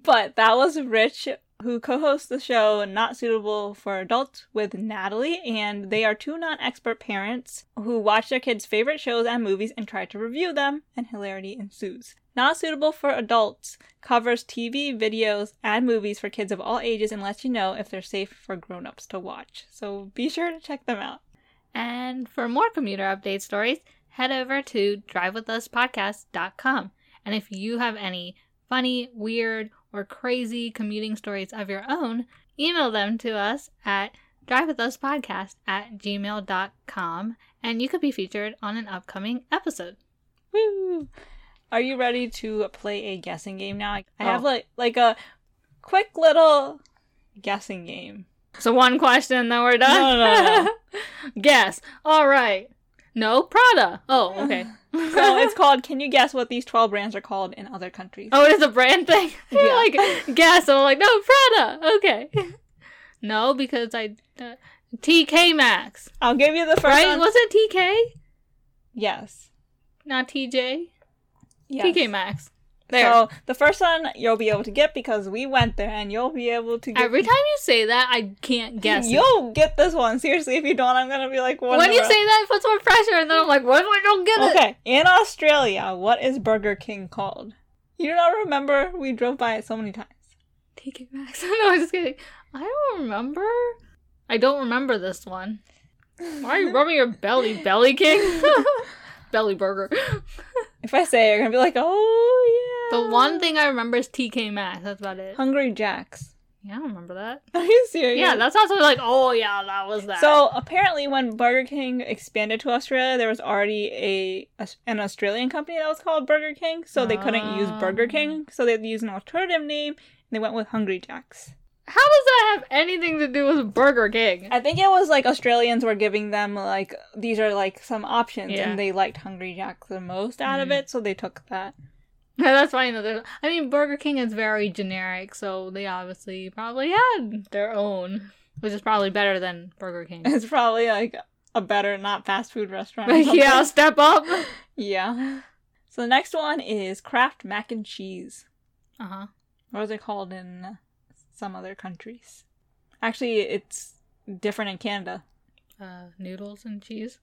But that was Rich, who co hosts the show Not Suitable for Adults with Natalie, and they are two non expert parents who watch their kids' favorite shows and movies and try to review them, and hilarity ensues. Not Suitable for Adults covers TV, videos, and movies for kids of all ages and lets you know if they're safe for grown ups to watch. So be sure to check them out. And for more commuter update stories, head over to drivewithuspodcast.com. And if you have any funny, weird, or crazy commuting stories of your own, email them to us at drivewithuspodcast at gmail.com and you could be featured on an upcoming episode. Woo! Are you ready to play a guessing game now? I I have Oh. like like a quick little guessing game. So one question, then we're done. No, no, Guess. All right. No Prada. Oh, okay. So it's called Can you guess what these 12 brands are called in other countries? oh, it is a brand thing. You're Yeah. like guess. I'm like no Prada. Okay. no, because I uh, TK Maxx. I'll give you the first Right? one. Was it TK? Yes. Not TJ. yes. TK Maxx. There. So the first one you'll be able to get because we went there and you'll be able to get Every time you say that, I can't guess. it. You'll get this one. Seriously, if you don't, I'm going to be like, what when in you the world? say that, it puts more pressure, and then I'm like, what if I don't get it? Okay, in Australia, what is Burger King called? You don't remember? We drove by it so many times. TK Maxx. no, I'm just kidding. I don't remember. I don't remember this one. Why are you rubbing your belly, Belly King? belly Burger. If I say it, you're going to be like, oh, yeah. The one thing I remember is TK Maxx. That's about it. Hungry Jack's. Yeah, I don't remember that. Are you serious? Yeah, that's not something like, oh yeah, that was that. So apparently, when Burger King expanded to Australia, there was already a, a- an Australian company that was called Burger King, so they couldn't use Burger Ah. King, so they had to use an alternative name, and they went with Hungry Jack's. how does that have anything to do with Burger King? I think it was like Australians were giving them like these are like some options, Yeah. and they liked Hungry Jack's the most out of Mm. it, so they took that. that's funny. that there's- I mean, Burger King is very generic, so they obviously probably had their own, which is probably better than Burger King. It's probably like a better not fast food restaurant. or Like, yeah, something. step up. Uh yeah. So the next one is Kraft mac and cheese. huh. What is it called in some other countries? Actually, it's different in Canada. Uh, noodles and cheese.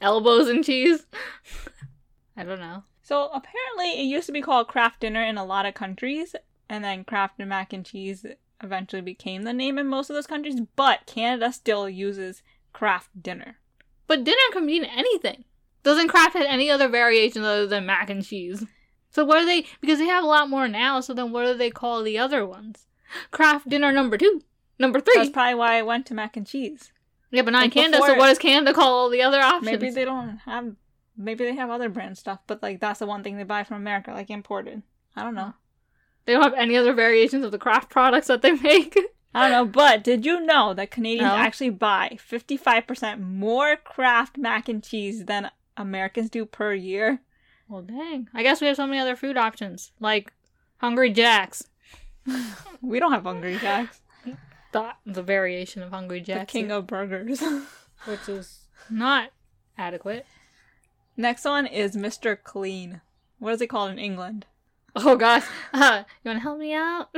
Elbows and cheese. I don't know. So apparently, it used to be called Kraft Dinner in a lot of countries, and then Kraft and Mac and Cheese eventually became the name in most of those countries. But Canada still uses Kraft Dinner. But dinner can mean anything. Doesn't Kraft have any other variation other than mac and cheese? So what are they? Because they have a lot more now. So then, what do they call the other ones? Kraft dinner number two, number three. That's probably why I went to Mac and Cheese. yeah, but not in and Canada. So before- what does Canada call all the other options? Maybe they don't have. Maybe they have other brand stuff, but like that's the one thing they buy from America, like imported. I don't know. They don't have any other variations of the Kraft products that they make. I don't know, but did you know that Canadians No. actually buy 55% more Kraft mac and cheese than Americans do per year? well, dang. I guess we have so many other food options like Hungry Jack's, We don't have Hungry Jacks. the, the variation of Hungry The Jack's, king of burgers. which is not adequate. Next one is Mr. Clean. What is it called in England? Oh gosh. Uh, you want to help me out?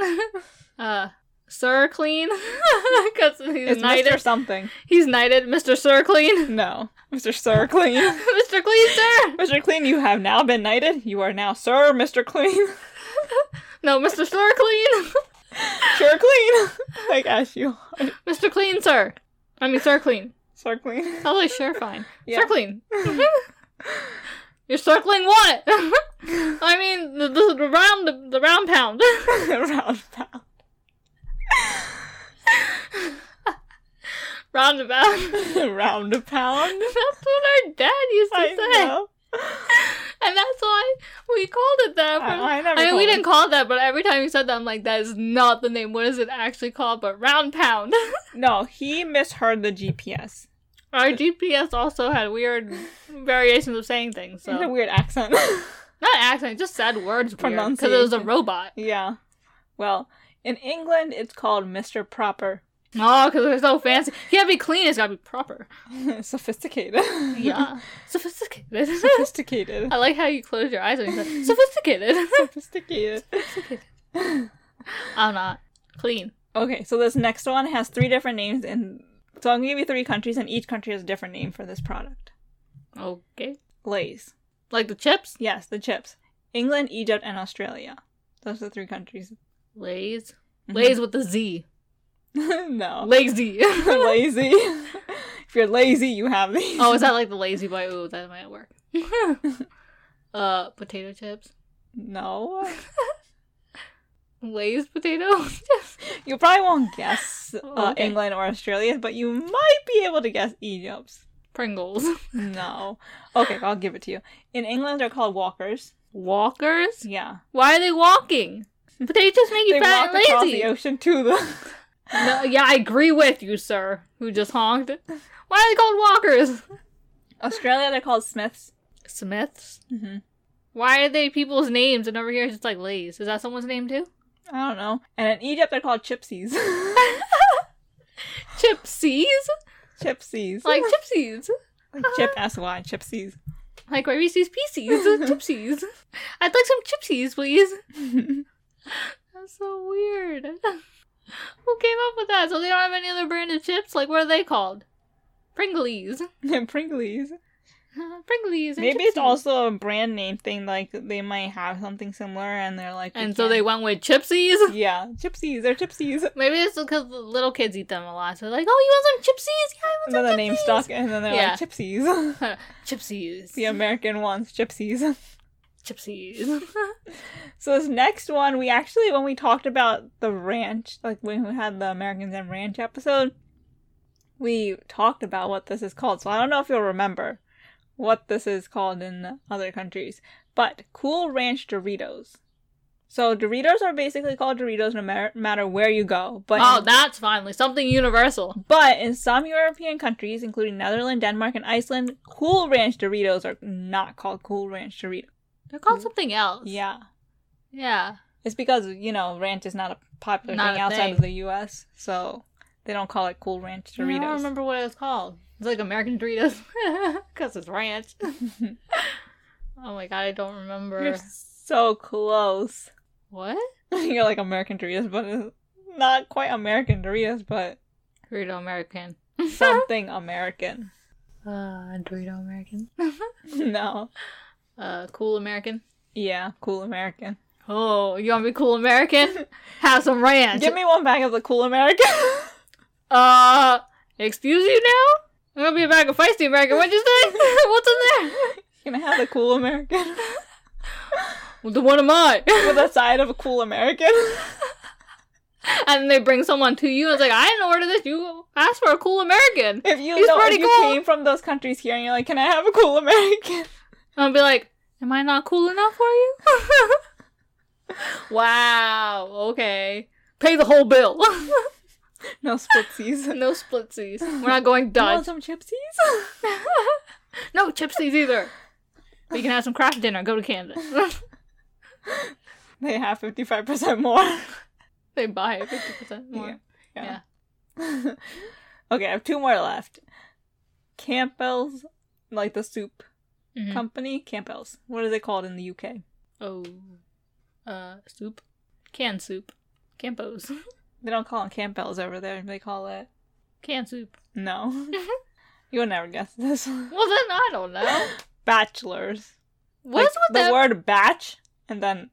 uh, Sir Clean because he's It's knighted. Mr. something. He's knighted, Mr. Sir Clean, No. Mr. Sir Clean. Mr. Clean, sir. Mr. Clean, you have now been knighted. You are now Sir Mr. Clean. No, Mr. Sir Clean, Sure Clean. like, as you are. Mr. Clean, sir. I mean, Sir Clean. Sir Clean. I was sure fine. Yeah. Circling. You're circling what? I mean the, the, the round the, the round pound. Round pound. Roundabout. That's Round a pound. what our dad used to I say. know. And that's why we called it that. I, from- I never I mean, called we it- didn't call it that, but every time you said that, I'm like, that is not the name. What is it actually called? But round pound. No, he misheard the GPS. Our GPS also had weird variations of saying things. He had a So weird accent. not accent, just said words because it was a Pronunciation. robot. yeah. Well, in England, it's called Mr. Proper. Oh, because it's so fancy. You gotta be clean. It's gotta be proper. Sophisticated. Yeah. Sophisticated. Sophisticated. I like how you close your eyes when you say sophisticated. Sophisticated. I'm not clean. Okay, so this next one has three different names, and so I'm gonna give you three countries, and each country has a different name for this product. Okay. Lays. Like the chips? Yes, the chips. England, Egypt, and Australia. Those are the three countries. Mm-hmm. Lays. Lays with the Z. no. Lazy. lazy. if you're lazy, you have these. oh, is that like the lazy boy? Ooh, that might work. uh, potato chips. No. Lay's potato chips. You probably won't guess uh, Oh, okay. England or Australia, but you might be able to guess Egypt. Pringles. No. Okay, I'll give it to you. In England, they're called walkers. Walkers? Yeah. Why are they walking? Potato chips make they you walk fat and across lazy. the ocean to the. No, yeah, I agree with you, sir, who just honked. Why are they called walkers? Australia, they're called Smiths. Smiths? hmm Why are they people's names and over here it's just like Lay's? Is that someone's name too? I don't know. And in Egypt, they're called chipsies. Chipsies? chipsies. Like chipsies. Like chip S-Y, chipsies. Like Reese's Pieces. Chipsies. I'd like some chipsies, please. That's so weird. Who came up with that? So they don't have any other brand of chips? Like what are they called? Pringles. and Pringles. Pringles. And Maybe it's Chipsies. also a brand name thing. Like, they might have something similar, and they're like... we And so they can't- went with chipsies? Yeah, chipsies. They're chipsies. Maybe it's because the little kids eat them a lot. So they're like, oh, you want some chipsies? Yeah, I want And some then the name stuck, and then they're Yeah. like, chipsies. chipsies. the American ones, gypsies. Chipsies. So this next one, we actually, when we talked about the ranch, like when we had the Americans and Ranch episode, we talked about what this is called. So I don't know if you'll remember what this is called in other countries, but Cool Ranch Doritos. So Doritos are basically called Doritos no matter, matter where you go, but oh, that's finally something universal. but in some European countries, including Netherlands, Denmark, and Iceland, Cool Ranch Doritos are not called Cool Ranch Doritos. They're called something else. Mm. Yeah. Yeah. It's because you know ranch is not a popular Not thing a outside thing. of the U.S., so they don't call it Cool Ranch I don't Doritos. remember what it was called. It's like American Doritos. Because it's ranch. oh my god, I don't remember. You're so close. What? You're like American Doritos, but it's not quite American Doritos, but Dorito American. something American. Uh, Dorito American. No, uh, cool American. yeah, Cool American. Oh, you want to be cool American? Have some ranch. Give me one bag of the Cool American. Uh, excuse you now? I'm gonna be a bag of feisty American. What'd you say? What's in there? Can I have the Cool American Well, the one am I? with a side of a Cool American? and they bring someone to you. It's like I didn't order this. You asked for a cool American. If you He's know if pretty you cool. came from those countries here and you're like, can I have a Cool American? I'll be like, am I not cool enough for you? wow. Okay. Pay the whole bill. No splitsies. no splitsies. We're not going You want Dutch. some chipsies? No chipsies either. We can have some craft dinner. Go to Canada. they have 55% more. they buy it fifty percent more. Yeah. okay, I have two more left. Campbell's, like the soup Mhm. company, Campbell's. What are they called in the UK? Oh, uh, soup, canned soup, Campos. They don't call them campbells over there. They call it Canned soup. no. you would never guess this. Well, then I don't know. Bachelors. What's Like, with the that? word batch and then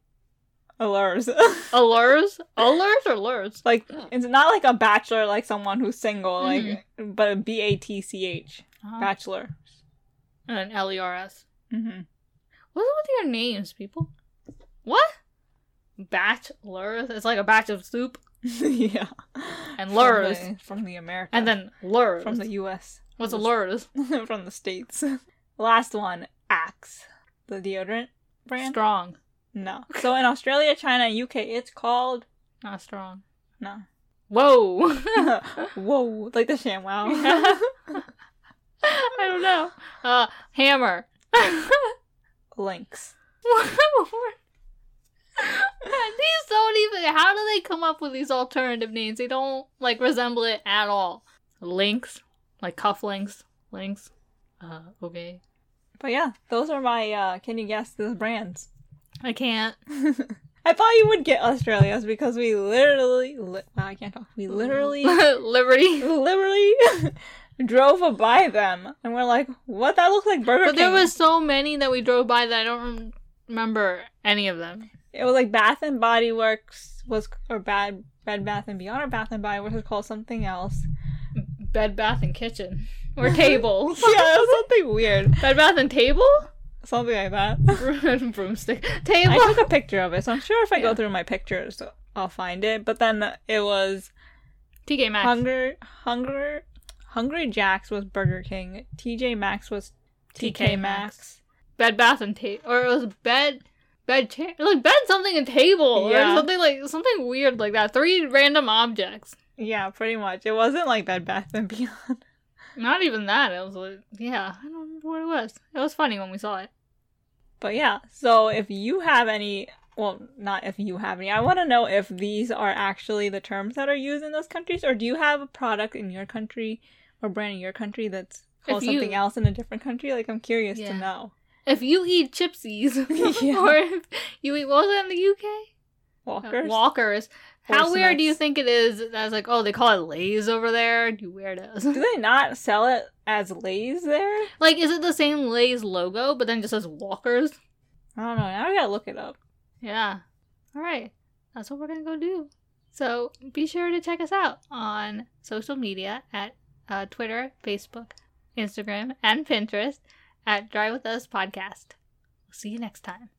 allures? Allures? Allures or lures? like Oh. it's not like a bachelor, like someone who's single, Mhm. like but B A T C H Uh-huh. bachelor. And L E R S. Mm-hmm. What's with your names, people? What? Bachelors? It's like a batch of soup yeah. And lures. from the, from the America and then lures. from the U.S. What's a lures? from the states. Last one, Axe, the deodorant brand. Strong. No. So in Australia, China, and UK, it's called Not strong. no. Whoa. Whoa, like the ShamWow. I don't know. Uh, hammer. Lynx. these don't even. How do they come up with these alternative names? They don't like resemble it at all. Links, like cufflinks, links. Uh, okay. But yeah, those are my. uh Can you guess the brands? I can't. I thought you would get Australia's because we literally. Li- wow, I can't talk. We literally, Liberty. literally drove by them, and we're like, "What? That looks like Burger But there King." was so many that we drove by that I don't rem- remember any of them. It was like Bath and Body Works was or Bad Bed Bath and Beyond or Bath and Body Works was called something else. Bed Bath and Kitchen or Table. yeah, it was something weird, Bed Bath and Table. something like that. Broom- Broomstick. I Table. took a picture of it, so I'm sure if I Yeah. go through my pictures, I'll find it. But then it was TK Maxx. Hunger, Hunger, Hungry Jacks was Burger King. TJ Maxx was TK, TK Maxx. Maxx. Bed Bath and Table, or it was Bed Bed Chair, like Bed something and Table, Yeah. or something like something weird like that. Three random objects. Yeah, pretty much. It wasn't like Bed Bath and Beyond. Not even that. It was like, yeah, I don't remember what it was. It was funny when we saw it. But yeah, so if you have any, well, not if you have any, I want to know if these are actually the terms that are used in those countries, or do you have a product in your country or brand in your country that's called If you- something else in a different country? Like, I'm curious Yeah. to know. If you eat chipsies, Yeah. or if you eat what was that in the UK? Uh, Walkers? Walkers. How Horse weird do you nuts. think it is? that it's like, oh, they call it Lay's over there. You Do weirdos. they not sell it as Lay's there? like, is it the same Lay's logo, but then just says Walkers? I don't know. Now I gotta look it up. Yeah. All right. That's what we're going to go do. So be sure to check us out on social media at uh, Twitter, Facebook, Instagram, and Pinterest at Drive With Us Podcast. We'll see you next time.